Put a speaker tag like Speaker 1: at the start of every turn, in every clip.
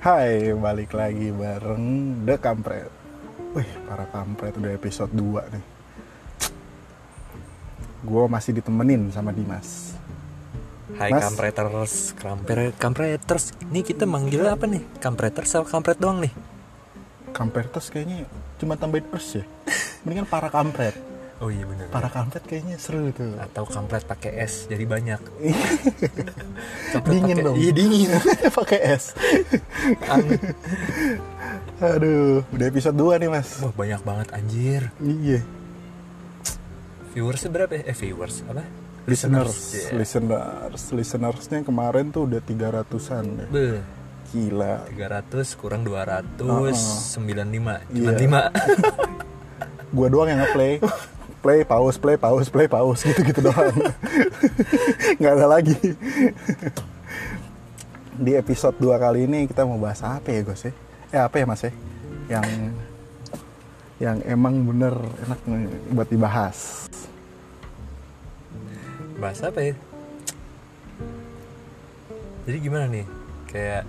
Speaker 1: Hai, balik lagi bareng The Kampret Wih, para kampret udah episode 2 nih Gue masih ditemenin sama Dimas
Speaker 2: Hai
Speaker 1: Mas.
Speaker 2: kampreters, kampret, kampreters. Ini kita manggil apa nih? Kampreters atau kampret doang nih?
Speaker 1: Kampretos kayaknya cuma tambahin ers ya Mendingan para kampret
Speaker 2: Oh iya benar.
Speaker 1: Para kampret kayaknya seru tuh
Speaker 2: Atau kampret pakai S jadi banyak. Kampret
Speaker 1: Dingin
Speaker 2: pakai-
Speaker 1: dong
Speaker 2: Iya dingin.
Speaker 1: Pakai es
Speaker 2: Ang-
Speaker 1: Aduh, udah episode 2 nih mas
Speaker 2: Wah banyak banget anjir.
Speaker 1: Iya
Speaker 2: Viewers berapa? ya? Eh viewers apa?
Speaker 1: Listeners,
Speaker 2: Iya.
Speaker 1: listeners, listenersnya kemarin tuh udah 300-an deh.
Speaker 2: Be,
Speaker 1: Gila,
Speaker 2: 300 kurang 200, 95,
Speaker 1: Oh, Iya.
Speaker 2: cuma 5.
Speaker 1: gua doang yang ngeplay play pause play pause play pause gitu gitu doang nggak ada lagi di episode 2 kali ini kita mau bahas apa ya Gus ya eh apa ya Mas ya yang yang emang bener enak nih buat dibahas
Speaker 2: bahas apa ya? Jadi gimana nih? Kayak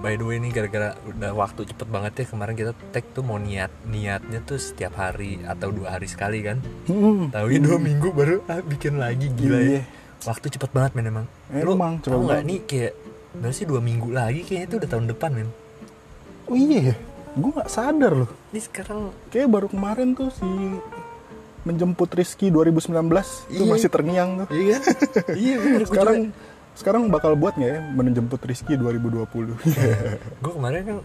Speaker 2: by the way nih gara-gara udah waktu cepet banget ya kemarin kita tag tuh mau niat niatnya tuh setiap hari atau dua hari sekali kan?
Speaker 1: Hmm,
Speaker 2: Tapi dua minggu baru ah, bikin lagi gila
Speaker 1: Iya. Eh,
Speaker 2: ya. Waktu cepet banget men emang.
Speaker 1: Emang,
Speaker 2: Lu tau
Speaker 1: cepet
Speaker 2: nggak
Speaker 1: banget.
Speaker 2: nih kayak berarti dua minggu lagi kayaknya itu udah tahun depan men.
Speaker 1: oh iya ya gue nggak sadar loh
Speaker 2: Ini sekarang
Speaker 1: kayak baru kemarin tuh si menjemput Rizky 2019 itu
Speaker 2: Iya.
Speaker 1: masih terngiang tuh
Speaker 2: iya kan? iya bener gua
Speaker 1: sekarang
Speaker 2: juga-
Speaker 1: sekarang bakal buat nggak ya menjemput Rizky 2020
Speaker 2: gue kemarin kan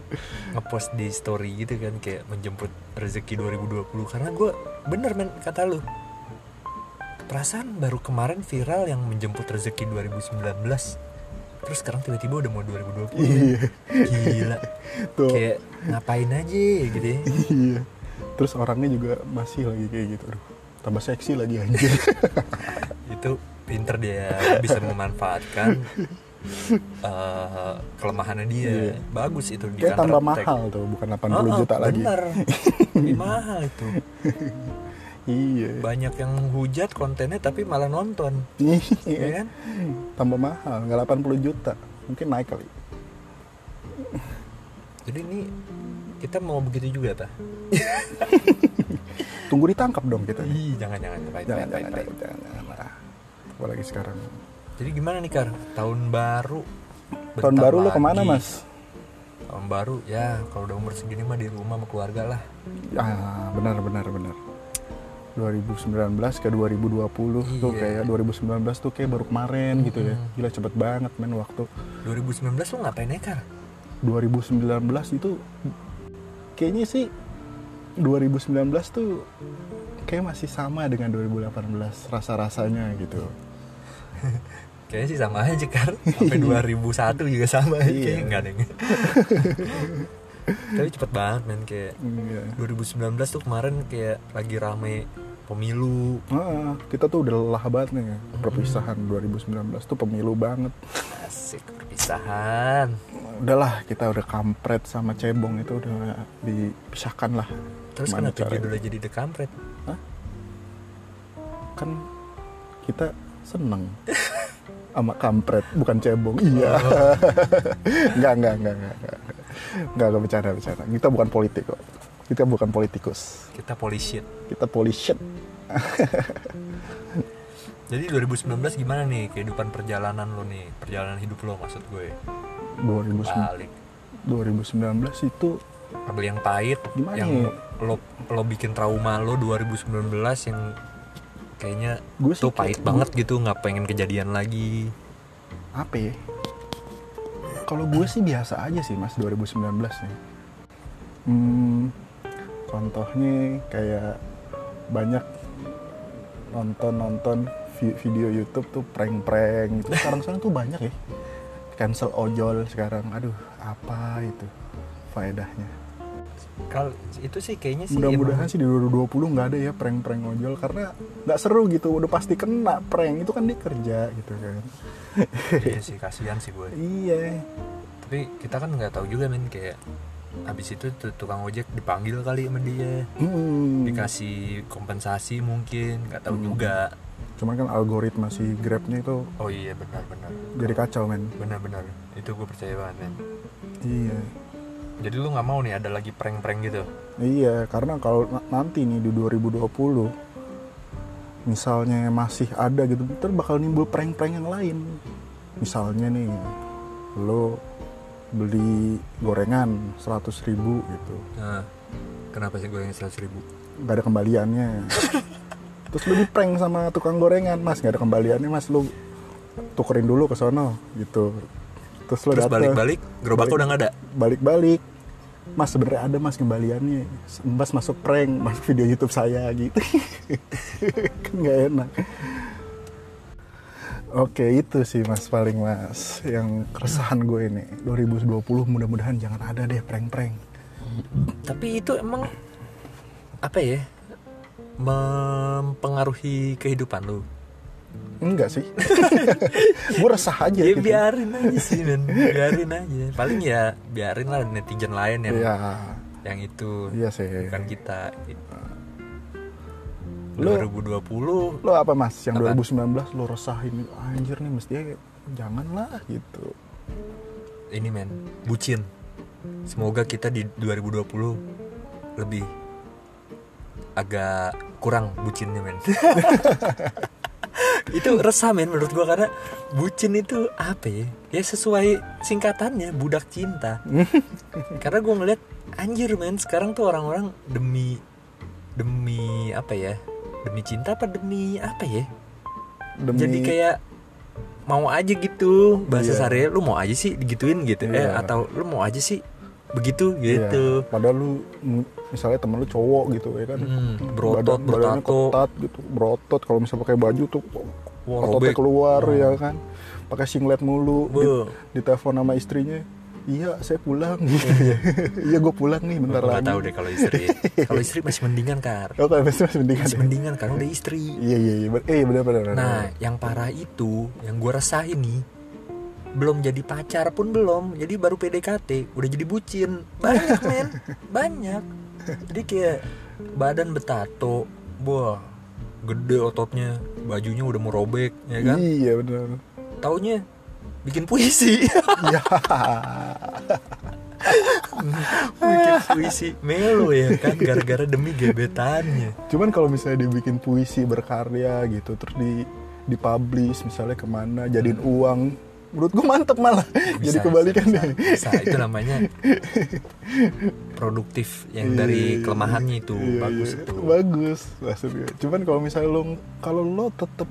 Speaker 2: ngepost di story gitu kan kayak menjemput rezeki 2020 karena gue bener men kata lu perasaan baru kemarin viral yang menjemput rezeki 2019 terus sekarang tiba-tiba udah mau 2020
Speaker 1: Iya.
Speaker 2: gila
Speaker 1: Tuh.
Speaker 2: Iya, kayak ngapain aja ya gitu ya
Speaker 1: Iya. Terus orangnya juga masih lagi kayak gitu. Aduh, tambah seksi lagi anjir.
Speaker 2: itu pinter dia bisa memanfaatkan eh, kelemahannya dia bagus itu di
Speaker 1: Iya. kayak tambah
Speaker 2: counter attack.
Speaker 1: mahal tuh, bukan 80
Speaker 2: Ah, ah,
Speaker 1: juta lagi.
Speaker 2: bener. Lebih mahal itu
Speaker 1: Iya.
Speaker 2: banyak yang hujat kontennya tapi malah nonton
Speaker 1: Iya.
Speaker 2: ya kan
Speaker 1: tambah mahal, nggak 80 juta. Mungkin naik kali.
Speaker 2: jadi ini kita mau begitu juga pak
Speaker 1: Tunggu ditangkap dong kita.
Speaker 2: ih jangan jangan baik,
Speaker 1: Jangan,
Speaker 2: baik, baik,
Speaker 1: jangan,
Speaker 2: baik.
Speaker 1: jangan, jangan, jangan. Apalagi sekarang.
Speaker 2: jadi gimana nih kar tahun baru
Speaker 1: Tahun
Speaker 2: Bentar
Speaker 1: baru lu
Speaker 2: lagi.
Speaker 1: kemana mas?
Speaker 2: tahun baru ya kalau udah umur segini mah di rumah sama keluarga lah
Speaker 1: Ah, benar, benar, benar. 2019 ke 2020 tuh
Speaker 2: Iya.
Speaker 1: kayak 2019 tuh kayak baru kemarin gitu ya. Gila cepet banget men waktu.
Speaker 2: 2019 lu ngapain ya kar
Speaker 1: 2019 itu kayaknya sih 2019 tuh kayak masih sama dengan 2018 rasa-rasanya gitu.
Speaker 2: kayaknya sih sama aja kar sampai 2001 juga sama aja
Speaker 1: Iya.
Speaker 2: kayaknya enggak deh tapi cepet banget men kayak
Speaker 1: Iya.
Speaker 2: 2019 tuh kemarin kayak lagi rame pemilu
Speaker 1: Ah, kita tuh udah lelah banget nih perpisahan 2019 tuh pemilu banget.
Speaker 2: asik perpisahan
Speaker 1: Udahlah kita udah kampret sama cebong itu udah dipisahkan lah.
Speaker 2: Terus
Speaker 1: Gimana
Speaker 2: kenapa
Speaker 1: caranya?
Speaker 2: judulnya jadi The Kampret?
Speaker 1: Kan kita seneng sama kampret bukan cebong iya
Speaker 2: Oh.
Speaker 1: nggak nggak nggak nggak nggak nggak nggak bercanda bercanda kita bukan politik kok kita bukan politikus
Speaker 2: Kita polisi.
Speaker 1: kita polisi
Speaker 2: Jadi 2019 gimana nih kehidupan perjalanan lo nih? Perjalanan hidup lo maksud gue.
Speaker 1: 2019
Speaker 2: Balik.
Speaker 1: 2019 itu
Speaker 2: Ada yang pahit,
Speaker 1: Gimana ya?
Speaker 2: yang lo lo bikin trauma lo 2019 yang kayaknya
Speaker 1: Gue sih
Speaker 2: tuh pahit
Speaker 1: kayak-
Speaker 2: banget gitu nggak pengen kejadian lagi.
Speaker 1: apa ya kalau gue sih biasa aja sih mas 2019 nih hmm, contohnya kayak banyak nonton nonton video YouTube tuh prank-prank itu sekarang sekarang tuh banyak ya cancel ojol sekarang aduh apa itu faedahnya
Speaker 2: Kalau itu sih kayaknya Iya sih
Speaker 1: mudah-mudahan
Speaker 2: emang-
Speaker 1: sih di 2020 nggak ada ya prank-prank ojol karena nggak seru gitu udah pasti kena prank itu kan dia kerja gitu kan
Speaker 2: iya sih kasihan sih gue.
Speaker 1: iya
Speaker 2: Tapi kita kan nggak tahu juga men kayak habis itu tuh tukang ojek dipanggil kali sama dia
Speaker 1: Hmm.
Speaker 2: dikasih kompensasi mungkin nggak tahu juga
Speaker 1: Cuman kan algoritma si Grabnya itu
Speaker 2: Oh iya benar benar
Speaker 1: jadi kacau men.
Speaker 2: benar benar itu gue percaya banget men
Speaker 1: Iya.
Speaker 2: Jadi lu nggak mau nih ada lagi prank-prank gitu?
Speaker 1: Iya, karena kalau na- nanti nih di 2020 misalnya masih ada gitu, ntar bakal nimbul prank-prank yang lain. Misalnya nih, lo beli gorengan 100.000 ribu gitu,
Speaker 2: Nah, kenapa sih gorengnya seratus ribu?
Speaker 1: nggak ada kembaliannya. Terus lo di prank sama tukang gorengan, mas nggak ada kembaliannya, mas lo tukerin dulu ke sono gitu. Terus lo
Speaker 2: Terus
Speaker 1: dateng.
Speaker 2: balik-balik gerobaknya
Speaker 1: Balik.
Speaker 2: udah nggak ada.
Speaker 1: balik-balik mas sebenarnya ada mas kembaliannya mas masuk prank masuk video YouTube saya gitu kan nggak enak oke itu sih mas paling mas yang keresahan gue ini 2020 mudah-mudahan jangan ada deh prank-prank
Speaker 2: Tapi itu emang apa ya? Mempengaruhi kehidupan lu?
Speaker 1: enggak sih gue resah aja
Speaker 2: Ya
Speaker 1: gitu.
Speaker 2: biarin aja sih men, biarin aja. Paling ya biarin lah netizen lain yang
Speaker 1: Iya,
Speaker 2: yang itu
Speaker 1: iya sih
Speaker 2: bukan kita. iya.
Speaker 1: Lu-
Speaker 2: 2020
Speaker 1: lo apa mas yang
Speaker 2: Apa?
Speaker 1: 2019 lo resahin anjir nih mestinya janganlah gitu
Speaker 2: ini men bucin. Semoga kita di 2020 lebih agak kurang bucinnya men. itu resah men menurut gua karena bucin itu apa ya? Ya sesuai singkatannya budak cinta. karena gua ngeliat anjir men sekarang tuh orang-orang demi demi apa ya? Demi cinta apa demi apa ya?
Speaker 1: Demi-
Speaker 2: jadi kayak mau aja gitu bahasa
Speaker 1: Iya.
Speaker 2: sehari lu mau aja sih digituin gitu eh
Speaker 1: Iya.
Speaker 2: atau lu mau aja sih begitu
Speaker 1: Iya,
Speaker 2: gitu
Speaker 1: Padahal lu mm, misalnya temen lu cowok gitu ya kan.
Speaker 2: Hmm, berotot,
Speaker 1: badannya
Speaker 2: bertato.
Speaker 1: ketat gitu, berotot kalau misalnya pakai baju tuh
Speaker 2: Wah,
Speaker 1: ototnya
Speaker 2: robek.
Speaker 1: keluar
Speaker 2: Hmm.
Speaker 1: ya kan. Pakai singlet mulu, di,
Speaker 2: Beuh.
Speaker 1: ditelepon sama istrinya. Iya, saya pulang gitu ya. Iya, gue pulang nih bentar
Speaker 2: Gua
Speaker 1: lagi.
Speaker 2: nggak tahu deh kalau istri kalau istri masih mendingan kar
Speaker 1: Oh, tapi masih masih mendingan.
Speaker 2: masih
Speaker 1: ya?
Speaker 2: mendingan karena udah istri
Speaker 1: Iya, iya, iya. Ben- Eh, benar benar. benar.
Speaker 2: nah yang parah itu yang gua resahin nih belum jadi pacar pun belum jadi baru PDKT udah jadi bucin banyak men banyak jadi kayak badan betato wah gede ototnya bajunya udah mau robek ya kan
Speaker 1: Iya, benar.
Speaker 2: taunya bikin puisi
Speaker 1: Iya.
Speaker 2: bikin puisi melo ya kan gara-gara demi gebetannya
Speaker 1: Cuman kalau misalnya dibikin puisi berkarya gitu terus di dipublish misalnya kemana jadiin uang menurut gue mantep malah jadi
Speaker 2: Hmm. Bisa,
Speaker 1: kebalikan ya.
Speaker 2: bisa,
Speaker 1: deh
Speaker 2: bisa. itu namanya produktif yang dari
Speaker 1: Iya,
Speaker 2: kelemahannya itu
Speaker 1: iya,
Speaker 2: bagus
Speaker 1: iya.
Speaker 2: itu
Speaker 1: bagus maksud gue. cuman kalau misalnya lo kalau lo tetep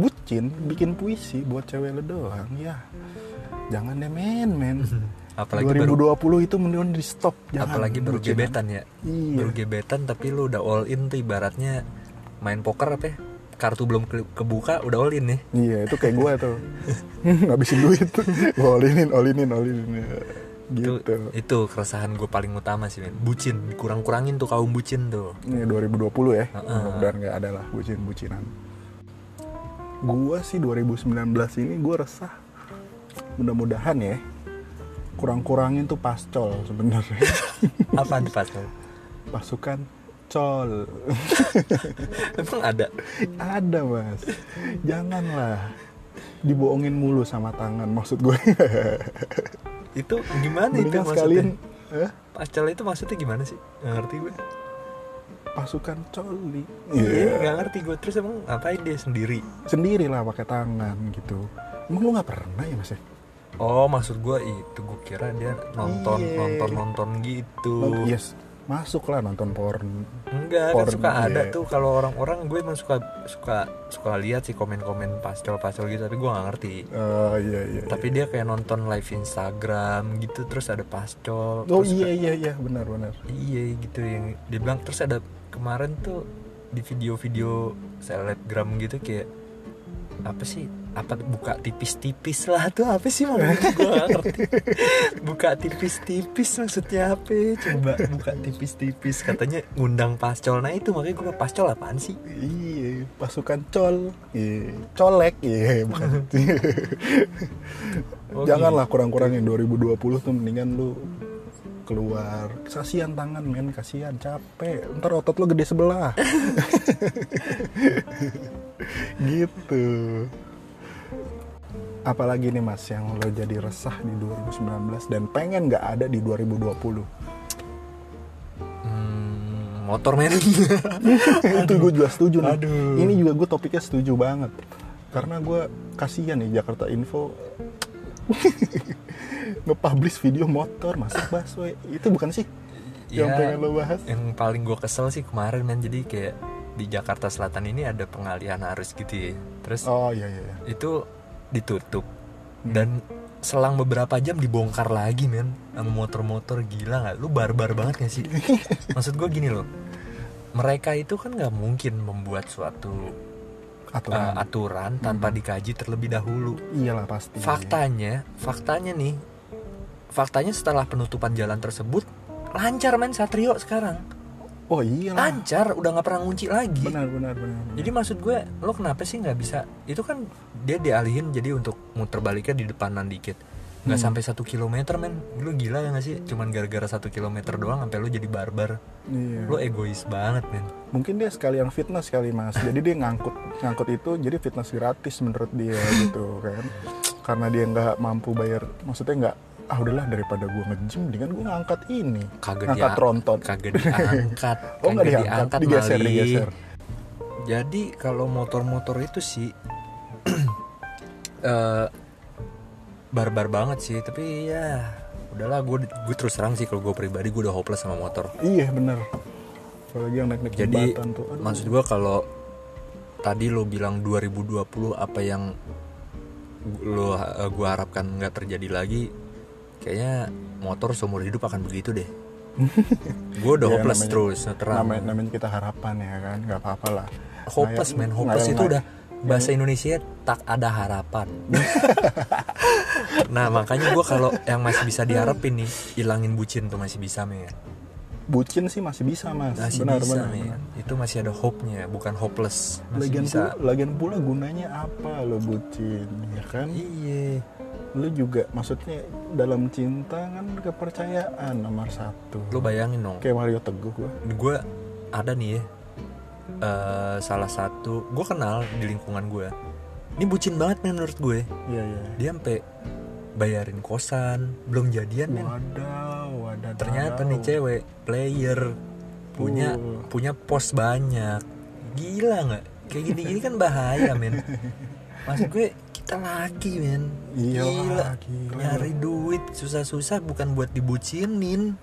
Speaker 1: bucin bikin puisi buat cewek lo doang ya jangan deh men men
Speaker 2: Hmm. apalagi baru
Speaker 1: 2020 itu mendingan di stop jangan
Speaker 2: apalagi baru
Speaker 1: bucin.
Speaker 2: gebetan ya
Speaker 1: kan? Iya.
Speaker 2: baru gebetan tapi lu udah all in tuh ibaratnya main poker apa ya kartu belum ke- kebuka udah all in ya
Speaker 1: iya itu kayak gue tuh ngabisin duit gue olinin olinin olinin
Speaker 2: itu,
Speaker 1: ya. gitu
Speaker 2: itu keresahan gue paling utama sih men bucin dikurang-kurangin tuh kaum bucin tuh
Speaker 1: Ini 2020 ya.
Speaker 2: Heeh.
Speaker 1: Mudah-mudahan nggak ada lah bucin-bucinan. Gua sih 2019 ini gua resah. Mudah-mudahan ya kurang-kurangin tuh pascol sebenarnya.
Speaker 2: apaan tuh Pascal?
Speaker 1: Pasukan col.
Speaker 2: emang ada
Speaker 1: ada, Mas. Janganlah dibohongin mulu sama tangan maksud gue.
Speaker 2: itu gimana itu
Speaker 1: Mendingan
Speaker 2: maksudnya
Speaker 1: sekalian eh,
Speaker 2: pacal itu maksudnya gimana sih nggak ngerti gue
Speaker 1: pasukan coli.
Speaker 2: iya
Speaker 1: Iya.
Speaker 2: nggak ngerti gue terus emang ngapain dia sendiri
Speaker 1: Sendirilah pakai tangan gitu. Emang lu nggak pernah ya, Mas? ya?
Speaker 2: oh maksud gue itu gue kira dia nonton
Speaker 1: Iya.
Speaker 2: nonton nonton gitu
Speaker 1: Nont- Oh, Yes, masuklah nonton porn.
Speaker 2: enggak kan
Speaker 1: Porn,
Speaker 2: suka ada
Speaker 1: iya.
Speaker 2: tuh kalau orang-orang gue emang suka suka suka lihat sih komen-komen pascal-pascal gitu tapi gue nggak ngerti
Speaker 1: Oh iya iya.
Speaker 2: tapi dia kayak nonton live Instagram gitu terus ada pascol
Speaker 1: iya. oh
Speaker 2: terus
Speaker 1: iya iya iya benar benar.
Speaker 2: Iya gitu yang dibilang terus ada kemarin tuh di video-video selebgram gitu kayak apa sih apa buka tipis-tipis lah tuh apa sih maksudnya gue gak ngerti buka tipis-tipis maksudnya apa ya? coba buka tipis-tipis katanya ngundang pascol nah itu makanya gue pascol apaan sih
Speaker 1: Iya, pasukan col. Iya, colek. Iya, bukan.
Speaker 2: Oh,
Speaker 1: Janganlah kurang-kurangin 2020 tuh mendingan lu keluar. Kasihan tangan men, kasihan capek. Ntar otot lu gede sebelah. gitu. apalagi nih mas yang lo jadi resah di 2019 dan pengen nggak ada di 2020
Speaker 2: Hmm, motor men
Speaker 1: itu gue juga setuju nih
Speaker 2: Aduh.
Speaker 1: ini juga gue topiknya setuju banget karena gue kasihan nih Jakarta Info nge-publish video motor masuk busway itu bukan sih yang
Speaker 2: Ya,
Speaker 1: pengen lo bahas
Speaker 2: yang paling gue kesel sih kemarin men jadi kayak di Jakarta Selatan ini ada pengalihan arus gitu ya terus
Speaker 1: oh iya iya iya.
Speaker 2: itu ditutup dan selang beberapa jam dibongkar lagi men sama motor-motor gila nggak lu barbar banget gak sih maksud gue gini loh mereka itu kan nggak mungkin membuat suatu uh,
Speaker 1: aturan
Speaker 2: aturan tanpa dikaji terlebih dahulu
Speaker 1: iyalah pasti
Speaker 2: faktanya faktanya nih faktanya setelah penutupan jalan tersebut lancar men Satrio sekarang
Speaker 1: oh iyalah
Speaker 2: lancar udah nggak pernah ngunci lagi
Speaker 1: benar benar benar, benar.
Speaker 2: jadi maksud gue lo kenapa sih nggak bisa itu kan dia dialihin jadi untuk muter baliknya di depanan dikit nggak
Speaker 1: Hmm.
Speaker 2: sampai satu kilometer men lo gila ya nggak sih cuman gara-gara satu kilometer doang sampai lo jadi barbar
Speaker 1: Iya.
Speaker 2: lo egois banget men
Speaker 1: mungkin dia sekalian fitness kali mas jadi dia ngangkut ngangkut itu jadi fitness gratis menurut dia gitu kan karena dia nggak mampu bayar maksudnya nggak ah udahlah daripada gua nge-gym dengan gua ngangkat ini
Speaker 2: kagak
Speaker 1: ngangkat
Speaker 2: dia
Speaker 1: tronton
Speaker 2: kagak diangkat
Speaker 1: oh nggak
Speaker 2: kagak
Speaker 1: diangkat digeser
Speaker 2: Mali.
Speaker 1: digeser
Speaker 2: jadi kalau motor-motor itu sih eh, barbar banget sih tapi ya udahlah gue gue terus terang sih kalau gue pribadi gue udah hopeless sama motor
Speaker 1: iya bener apalagi yang naik naik
Speaker 2: Jadi
Speaker 1: jembatan tuh aduh
Speaker 2: maksud gua kalau tadi lo bilang 2020 apa yang gu- lo eh, gua harapkan nggak terjadi lagi, kayaknya motor seumur hidup akan begitu deh. Gua udah
Speaker 1: Ya,
Speaker 2: hopeless
Speaker 1: namanya-
Speaker 2: terus terang.
Speaker 1: namanya, namanya kita harapan ya kan nggak apa-apa lah Nah, ya,
Speaker 2: hopeless
Speaker 1: Ngayal-
Speaker 2: men, hopeless
Speaker 1: ngayal-
Speaker 2: itu udah bahasa Indonesia tak ada harapan. nah makanya gua kalau yang masih bisa diharapin nih, ilangin bucin tuh masih bisa men.
Speaker 1: bucin sih masih bisa mas
Speaker 2: Masih
Speaker 1: benar
Speaker 2: bisa
Speaker 1: benar,
Speaker 2: men.
Speaker 1: benar.
Speaker 2: Itu masih ada hope-nya, bukan hopeless. Masih
Speaker 1: Lagian
Speaker 2: bisa.
Speaker 1: pula, lagian pula gunanya apa lo bucin ya kan
Speaker 2: Iya.
Speaker 1: lu juga maksudnya dalam cinta kan kepercayaan nomor satu
Speaker 2: Lu bayangin dong.
Speaker 1: kayak Mario Teguh gua
Speaker 2: Gue ada nih ya. eh, salah satu gue kenal di lingkungan gue. Ini bucin banget men menurut gue.
Speaker 1: iya iya
Speaker 2: Dia sampai bayarin kosan, belum jadian men.
Speaker 1: wadah wadah
Speaker 2: Ternyata
Speaker 1: darau.
Speaker 2: nih cewek player punya
Speaker 1: Uh.
Speaker 2: punya pos banyak. Gila nggak? Kayak gini-gini kan bahaya men. Maksud gue kita lagi men.
Speaker 1: Iya,
Speaker 2: Gila.
Speaker 1: gila.
Speaker 2: Nyari duit susah-susah bukan buat dibucinin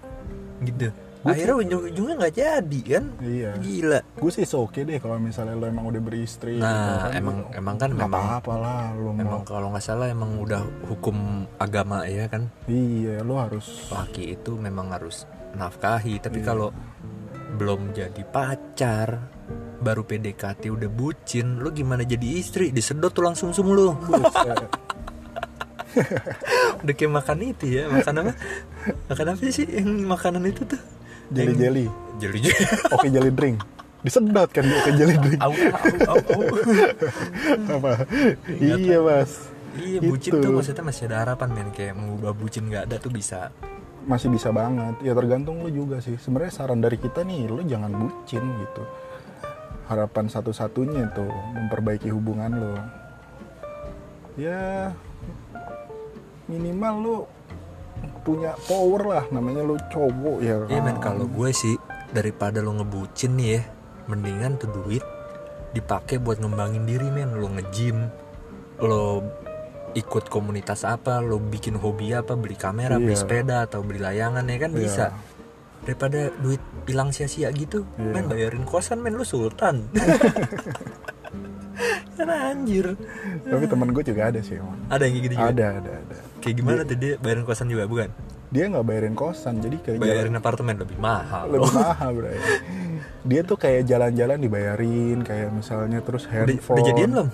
Speaker 2: gitu.
Speaker 1: Gua-
Speaker 2: Akhirnya ujung-ujungnya nggak jadi kan?
Speaker 1: iya
Speaker 2: Gila.
Speaker 1: gue sih oke deh kalau misalnya lo emang udah beristri gitu
Speaker 2: Nah, emang emang kan
Speaker 1: nggak
Speaker 2: memang
Speaker 1: apa-apa lah lo mau
Speaker 2: emang kalau nggak salah emang udah hukum agama ya kan
Speaker 1: iya lo harus
Speaker 2: laki itu memang harus nafkahi tapi kalau belum jadi pacar baru PDKT udah bucin lu gimana jadi istri disedot tuh langsung sum lu
Speaker 1: Buset.
Speaker 2: udah kayak makan itu ya makan apa makan apa sih yang makanan itu tuh
Speaker 1: jelly jelly
Speaker 2: jeli jeli
Speaker 1: oke jelly drink disedot kan dia oke jelly drink
Speaker 2: au au au, au.
Speaker 1: apa iya mas
Speaker 2: iya bucin
Speaker 1: Itu.
Speaker 2: tuh maksudnya masih ada harapan men kayak mengubah bucin nggak ada tuh bisa
Speaker 1: masih bisa banget ya tergantung lu juga sih sebenarnya saran dari kita nih lu jangan bucin gitu harapan satu-satunya itu memperbaiki hubungan lo ya minimal lu punya power lah namanya lu cowok ya kan?
Speaker 2: Iya men kalau gue sih daripada lo ngebucin nih ya, mendingan tuh duit dipakai buat ngembangin diri men, lo nge-gym, lo ikut komunitas apa, lo bikin hobi apa, beli kamera, beli
Speaker 1: Iya.
Speaker 2: sepeda atau beli layangan ya kan
Speaker 1: Iya.
Speaker 2: bisa. Daripada duit hilang sia-sia gitu,
Speaker 1: Iya.
Speaker 2: men bayarin kosan men lo sultan. Karena anjir.
Speaker 1: tapi temen gue juga ada sih emang.
Speaker 2: Ada yang kayak gitu juga.
Speaker 1: ada Iya. ada ada
Speaker 2: Kayak gimana tuh dia bayarin kosan juga bukan?
Speaker 1: dia nggak bayarin kosan jadi kayak jalan-
Speaker 2: Bayarin apartemen lebih mahal. Oh,
Speaker 1: lebih mahal bro dia tuh kayak jalan-jalan dibayarin kayak misalnya terus
Speaker 2: Udah,
Speaker 1: handphone
Speaker 2: udah jadian belum?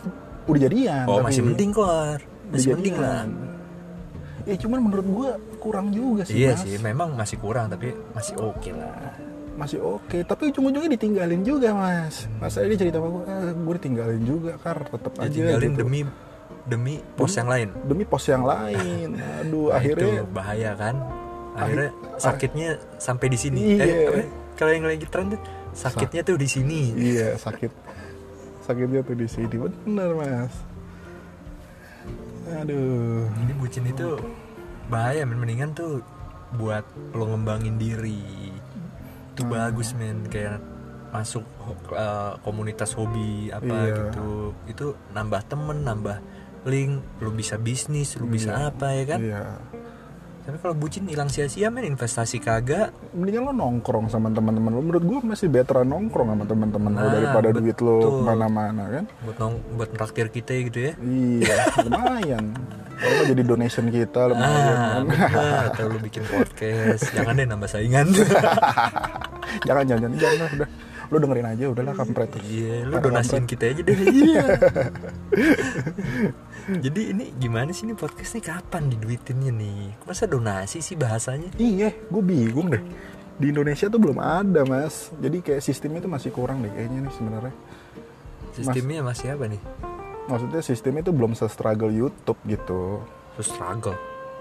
Speaker 1: udah jadian
Speaker 2: Oh
Speaker 1: tapi
Speaker 2: masih mending kok Ar.
Speaker 1: udah
Speaker 2: Masih mending lah
Speaker 1: jadian. um, ya cuman menurut gua kurang juga sih
Speaker 2: Iya
Speaker 1: mas
Speaker 2: sih memang masih kurang tapi masih oke lah
Speaker 1: masih oke tapi ujung-ujungnya ditinggalin juga mas mas ini cerita sama gua eh, gua ditinggalin juga kar tetep aja
Speaker 2: Ditinggalin
Speaker 1: gitu.
Speaker 2: Ya, demi demi pos yang lain
Speaker 1: demi pos yang lain aduh
Speaker 2: Nah,
Speaker 1: akhirnya
Speaker 2: itu bahaya kan Akhirnya sakitnya sampai di sini
Speaker 1: Iya.
Speaker 2: Eh apa ya? Kalau yang lagi tren tuh sakitnya tuh di sini
Speaker 1: iya sakit sakitnya tuh di sini bener mas aduh
Speaker 2: Jadi bucin itu bahaya men mendingan tuh buat lo ngembangin diri. Itu
Speaker 1: Hmm.
Speaker 2: bagus men kayak masuk ho- eh, komunitas hobi apa
Speaker 1: Iya.
Speaker 2: gitu. Itu nambah temen, nambah link, lu bisa bisnis, lu bisa
Speaker 1: Iya.
Speaker 2: apa ya kan?
Speaker 1: iya
Speaker 2: Tapi kalau bucin hilang sia-sia men investasi kagak.
Speaker 1: mendingan lo nongkrong sama teman-teman lo menurut gue masih beteran nongkrong sama teman-teman lo
Speaker 2: Nah,
Speaker 1: daripada duit lo
Speaker 2: betul.
Speaker 1: kemana-mana kan
Speaker 2: buat nong buat traktir kita gitu ya
Speaker 1: iya lumayan kalau jadi donation kita lumayan
Speaker 2: ah
Speaker 1: kan?
Speaker 2: bener. atau lu bikin podcast jangan deh nambah saingan
Speaker 1: jangan jangan jangan, jangan lah, udah lo dengerin aja udahlah kampret
Speaker 2: iya lu
Speaker 1: Ntar
Speaker 2: donasiin
Speaker 1: kampret.
Speaker 2: kita aja deh iya jadi ini gimana sih nih podcast nih kapan diduitinnya nih Kok masa donasi sih bahasanya
Speaker 1: iya gue bingung deh di Indonesia tuh belum ada mas jadi kayak sistemnya tuh masih kurang deh kayaknya nih sebenarnya
Speaker 2: sistemnya masih apa nih
Speaker 1: maksudnya sistemnya tuh belum se-struggle YouTube gitu
Speaker 2: terus struggle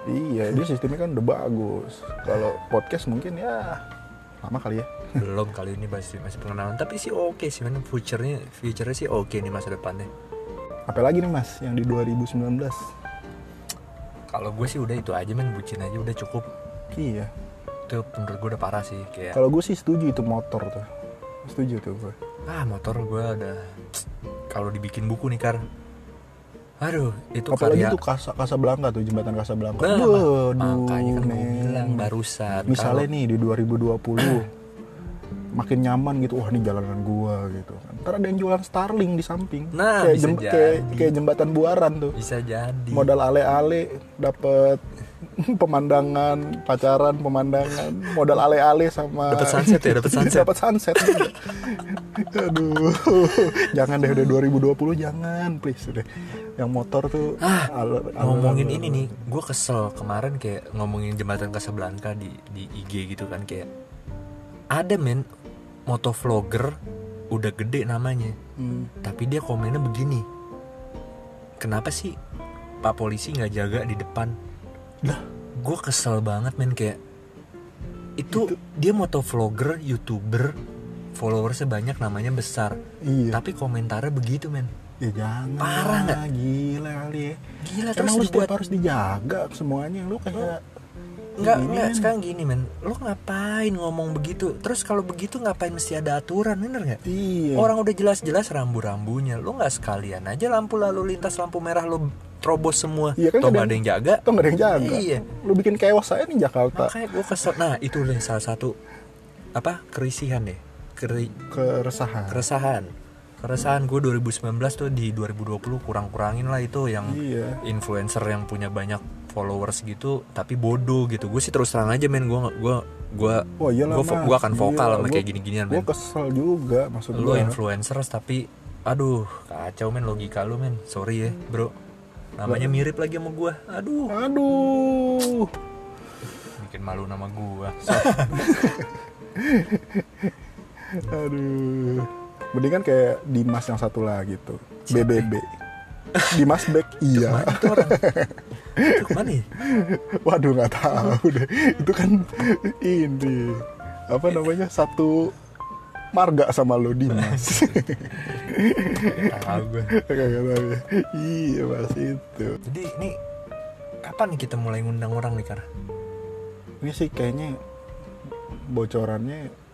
Speaker 1: iya dia sistemnya kan udah bagus kalau podcast mungkin ya lama kali ya
Speaker 2: belum kali ini masih masih pengenalan tapi sih oke sih mana future-nya future-nya sih oke nih masa depannya
Speaker 1: apalagi nih mas yang di 2019
Speaker 2: kalau gue sih udah itu aja men bucin aja udah cukup
Speaker 1: iya
Speaker 2: itu menurut gue udah parah sih kayak
Speaker 1: kalau gue sih setuju itu motor tuh setuju tuh gue
Speaker 2: ah motor gue udah kalau dibikin buku nih kar aduh itu
Speaker 1: apalagi
Speaker 2: karya
Speaker 1: tuh kasa Casablanca tuh jembatan Casablanca
Speaker 2: Nah, mak-
Speaker 1: Waduh,
Speaker 2: makanya kan gue
Speaker 1: men.
Speaker 2: bilang barusan
Speaker 1: misalnya nih di 2020 makin nyaman gitu wah ini jalanan gua gitu kan ntar ada yang jualan Starling di samping
Speaker 2: Nah,
Speaker 1: kayak,
Speaker 2: bisa
Speaker 1: jem- kayak,
Speaker 2: jadi. Iya.
Speaker 1: kayak jembatan buaran tuh
Speaker 2: kalau bisa jadi
Speaker 1: modal ale-ale dapat pemandangan pacaran pemandangan modal ale-ale sama
Speaker 2: Dapet sunset ya, dapet sunset.
Speaker 1: Dapet Iya, sunset. aduh jangan deh udah 2020 jangan please udah yang motor tuh
Speaker 2: Ah,
Speaker 1: alur- alur-
Speaker 2: ngomongin
Speaker 1: alur-
Speaker 2: ini nih gue kesel kemarin kayak ngomongin jembatan Casablanca di di IG gitu kan kayak ada men motovlogger udah gede namanya
Speaker 1: Hmm.
Speaker 2: tapi dia komennya begini kenapa sih pak polisi nggak jaga di depan lah gue kesel banget men kayak itu, dia motovlogger youtuber followersnya banyak namanya besar
Speaker 1: iya
Speaker 2: tapi komentarnya begitu men
Speaker 1: Ya jangan
Speaker 2: Parah nggak?
Speaker 1: Gila kali ya
Speaker 2: gila
Speaker 1: Emang
Speaker 2: terus
Speaker 1: lu
Speaker 2: dibuat
Speaker 1: setiap harus dijaga semuanya Lu kayak
Speaker 2: nggak
Speaker 1: ini
Speaker 2: nggak
Speaker 1: kan.
Speaker 2: sekarang gini men lo ngapain ngomong begitu terus kalau begitu ngapain mesti ada aturan bener nggak
Speaker 1: Iya
Speaker 2: Orang udah jelas-jelas rambu-rambunya, lo nggak sekalian aja lampu lalu lintas lampu merah lo terobos semua,
Speaker 1: Iya kan
Speaker 2: toh
Speaker 1: kadang-
Speaker 2: nggak ada yang jaga.
Speaker 1: Tuh nggak ada yang jaga
Speaker 2: Iya.
Speaker 1: Lu bikin kewas saya nih Jakarta
Speaker 2: Makanya gue kesel. Nah itu udah salah satu apa kerisihan deh, Keri,
Speaker 1: Keresahan
Speaker 2: keresahan, keresahan gue 2019 tuh di 2020 kurang-kurangin lah itu yang
Speaker 1: Iya
Speaker 2: influencer yang punya banyak followers gitu, tapi bodoh gitu. Gue sih terus terang aja men, gue gue gue
Speaker 1: Wah iyalah Oh,
Speaker 2: gue
Speaker 1: iya Mas.
Speaker 2: gue akan vokal
Speaker 1: Gila,
Speaker 2: sama
Speaker 1: gua-
Speaker 2: kayak gini-ginian
Speaker 1: Gua Iya.
Speaker 2: men.
Speaker 1: kesel juga maksud
Speaker 2: lu
Speaker 1: gua
Speaker 2: influencers tapi aduh kacau men logika lu men sorry ya bro namanya mirip lagi sama gua aduh
Speaker 1: Aduh
Speaker 2: bikin malu nama gua
Speaker 1: Aduh Mendingan kayak Dimas yang satu gitu. lagi tuh BBB ya? Dimas Beck iya
Speaker 2: mana itu orang itu mana ya?
Speaker 1: Waduh nggak tahu deh. Itu kan ini apa namanya satu marga sama lo Dimas.
Speaker 2: Nggak tahu gua
Speaker 1: Kagak tahu ya. Iya mas itu.
Speaker 2: jadi ini kapan nih kita mulai ngundang orang nih karena
Speaker 1: Ini sih kayaknya bocorannya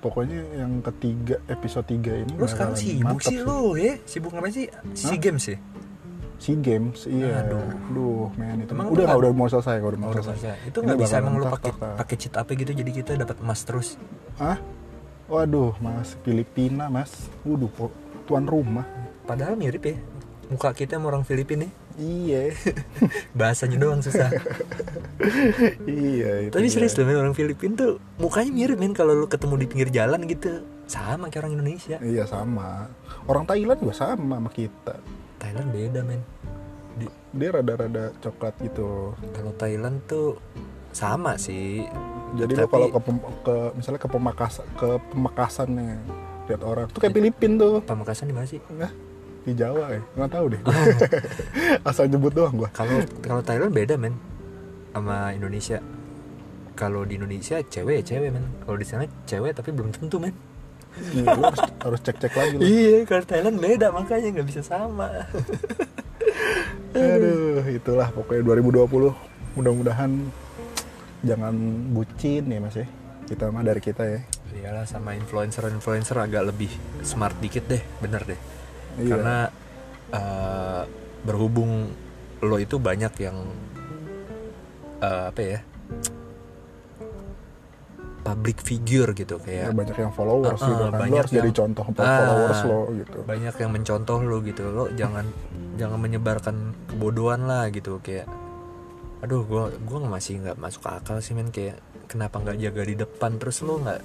Speaker 1: pokoknya yang ketiga episode 3 ini
Speaker 2: lu sekarang
Speaker 1: bakalan
Speaker 2: sibuk
Speaker 1: mantep
Speaker 2: sih lu ya sibuk ngapain sih si games ya
Speaker 1: si games iya
Speaker 2: Aduh.
Speaker 1: aduh, men itu
Speaker 2: Emang
Speaker 1: udah
Speaker 2: lu-
Speaker 1: nggak udah mau selesai kalau udah mau
Speaker 2: Oh, udah
Speaker 1: selesai
Speaker 2: selesai. itu
Speaker 1: Ini
Speaker 2: nggak bisa
Speaker 1: bakalan
Speaker 2: emang lu
Speaker 1: mentok,
Speaker 2: pakai
Speaker 1: total.
Speaker 2: pakai cheat apa gitu jadi kita dapat emas terus
Speaker 1: ah waduh mas Filipina mas waduh kok tuan rumah
Speaker 2: padahal mirip ya muka kita sama orang Filipina ya.
Speaker 1: iya
Speaker 2: bahasanya doang susah
Speaker 1: iya itu
Speaker 2: Tapi
Speaker 1: dia.
Speaker 2: serius loh men, orang Filipin tuh mukanya mirip men kalau lu ketemu di pinggir jalan gitu. Sama kayak orang Indonesia.
Speaker 1: Iya sama. Orang Thailand juga sama sama kita.
Speaker 2: Thailand beda men. Di-
Speaker 1: Dia rada-rada coklat gitu.
Speaker 2: kalau Thailand tuh sama sih.
Speaker 1: Jadi lo
Speaker 2: Tapi-
Speaker 1: kalau ke, pem- ke misalnya ke pemakasan ke pemakasannya lihat orang tuh kayak Filipin tuh.
Speaker 2: Pamekasan di mana sih?
Speaker 1: Nah, di Jawa ya. Nggak tahu deh. Asal nyebut doang gua.
Speaker 2: Kalau kalau Thailand beda men sama Indonesia. Kalau di Indonesia cewek ya cewek men. Kalau di sana cewek tapi belum tentu men.
Speaker 1: Iya, lu harus, harus cek-cek lagi lu.
Speaker 2: Iya, kalau Thailand beda makanya nggak bisa sama.
Speaker 1: Aduh, itulah pokoknya 2020. Mudah-mudahan jangan bucin ya Mas ya. Kita mah dari kita ya.
Speaker 2: Iyalah Iya sama influencer-influencer agak lebih smart dikit deh, bener deh.
Speaker 1: Iya.
Speaker 2: Karena eh, berhubung lo itu banyak yang eh, apa ya? public figure gitu
Speaker 1: Ya,
Speaker 2: kayak
Speaker 1: banyak yang followers
Speaker 2: Ah,
Speaker 1: gitu kan. Lo
Speaker 2: banyak
Speaker 1: harus jadi
Speaker 2: yang-
Speaker 1: contoh buat
Speaker 2: Ah,
Speaker 1: followers lo gitu.
Speaker 2: banyak yang mencontoh lo gitu lo jangan jangan menyebarkan kebodohan lah gitu kayak aduh gua gua masih nggak masuk akal sih men kayak kenapa nggak jaga di depan terus lo nggak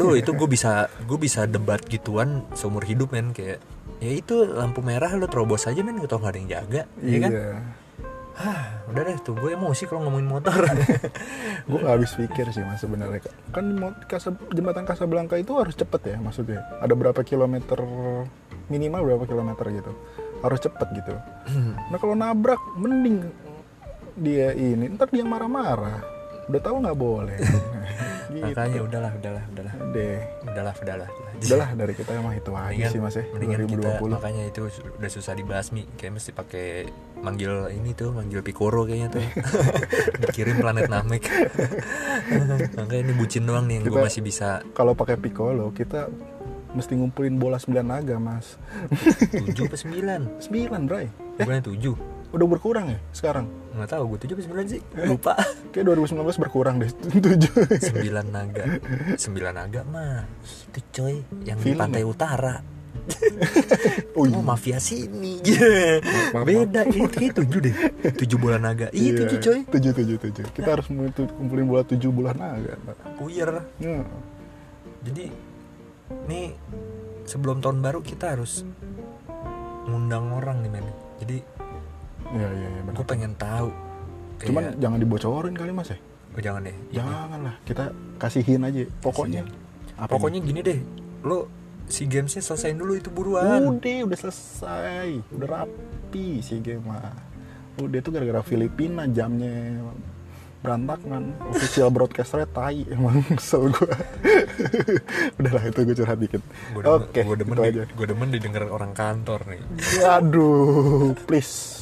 Speaker 2: aduh itu gue bisa gue bisa debat gituan seumur hidup men kayak ya itu lampu merah lo terobos aja men tau nggak ada yang jaga ya
Speaker 1: Iya.
Speaker 2: kan Hah, udah deh tuh gue emosi kalau ngomongin motor
Speaker 1: Gue gak habis pikir sih mas sebenarnya. Kan mau- Kasa- jembatan Casablanca itu harus cepet ya maksudnya. Ada berapa kilometer minimal berapa kilometer gitu. Harus cepet gitu.
Speaker 2: Hmm.
Speaker 1: Nah kalau nabrak mending dia ini ntar dia marah-marah. Udah tahu nggak boleh. gitu.
Speaker 2: makanya udahlah udahlah udahlah
Speaker 1: deh.
Speaker 2: udahlah udahlah
Speaker 1: Udahlah dari kita emang itu aja
Speaker 2: Mendingan-
Speaker 1: sih mas ya
Speaker 2: mendingan kita
Speaker 1: 2020.
Speaker 2: makanya itu su- udah susah dibasmi kayak mesti pakai manggil ini tuh manggil Picoro kayaknya tuh dikirim planet Namek makanya ini bucin doang nih yang gue
Speaker 1: Kita-
Speaker 2: masih bisa
Speaker 1: Kalau pakai piccolo kita mesti ngumpulin bola 9 naga mas.
Speaker 2: 7 apa 9
Speaker 1: 9 Bray.
Speaker 2: bukannya 7
Speaker 1: Udah berkurang ya sekarang?
Speaker 2: nggak tahu gue 7 apa 9 sih lupa
Speaker 1: Kayak 2019 berkurang deh 7.
Speaker 2: 9 naga 9 naga mah itu coy yang di
Speaker 1: Film
Speaker 2: pantai
Speaker 1: ya?
Speaker 2: utara
Speaker 1: Oh
Speaker 2: Oh,
Speaker 1: iya.
Speaker 2: mafia sini
Speaker 1: maaf.
Speaker 2: Beda itu 7 deh 7 bola naga Ih,
Speaker 1: Iya,
Speaker 2: Itu coy
Speaker 1: 7 7 7. Kita harus mengumpulin kumpulin bola 7 bola naga. Pak.
Speaker 2: Puyer
Speaker 1: Ya.
Speaker 2: Jadi nih sebelum tahun baru kita harus ngundang orang nih men. Jadi
Speaker 1: Iya iya iya benar.
Speaker 2: gue pengen tahu.
Speaker 1: Cuman ya,
Speaker 2: Kayak-
Speaker 1: jangan dibocorin kali mas ya.
Speaker 2: oh, jangan deh. ini.
Speaker 1: Janganlah kita kasihin aja. Pokoknya. Apa
Speaker 2: Pokoknya gini deh. Lo si gamesnya selesain dulu itu
Speaker 1: nih?
Speaker 2: buruan.
Speaker 1: udah udah selesai, udah rapi sih game mah. Udah itu gara-gara Filipina jamnya berantakan official broadcast red tai emang kesel gua udahlah itu gue curhat dikit
Speaker 2: Gue demen,
Speaker 1: oke
Speaker 2: gua demen,
Speaker 1: itu
Speaker 2: di,
Speaker 1: aja
Speaker 2: gua demen didengar orang kantor nih.
Speaker 1: aduh please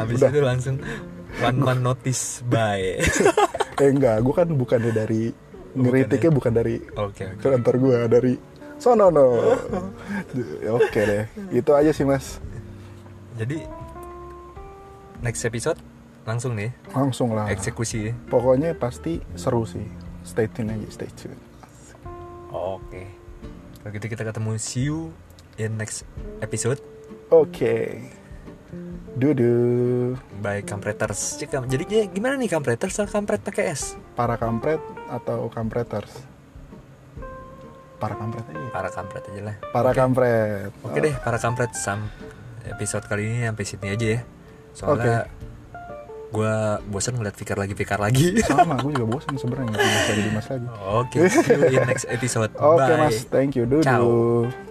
Speaker 2: Habis itu langsung one man notice bye.
Speaker 1: eh enggak gue kan bukannya dari
Speaker 2: ya.
Speaker 1: ngeritiknya bukan dari
Speaker 2: Oke oke.
Speaker 1: kantor gue dari sono no oke deh itu aja sih mas
Speaker 2: Jadi next episode langsung nih
Speaker 1: langsung lah
Speaker 2: eksekusi. ya.
Speaker 1: pokoknya pasti seru sih stay tune aja stay tune
Speaker 2: Oke. Kalau gitu kita ketemu see you in next episode.
Speaker 1: oke dudu
Speaker 2: by Kampreters. Cek, Kam. Jadi dia gimana nih Kampreters sama Kampret pakai S?
Speaker 1: para kampret atau kampreters para kampret aja
Speaker 2: Para Kampret aja lah.
Speaker 1: para kampret
Speaker 2: Oke deh, para Kampret sam episode kali ini sampai sini aja ya. Soalnya gua bosan ngeliat Fikar lagi Fikar lagi.
Speaker 1: sama gue juga bosan sebenarnya nggak bisa jadi mas lagi
Speaker 2: Oke, see you in next episode.
Speaker 1: oke
Speaker 2: Bye.
Speaker 1: mas thank you dudu
Speaker 2: Ciao.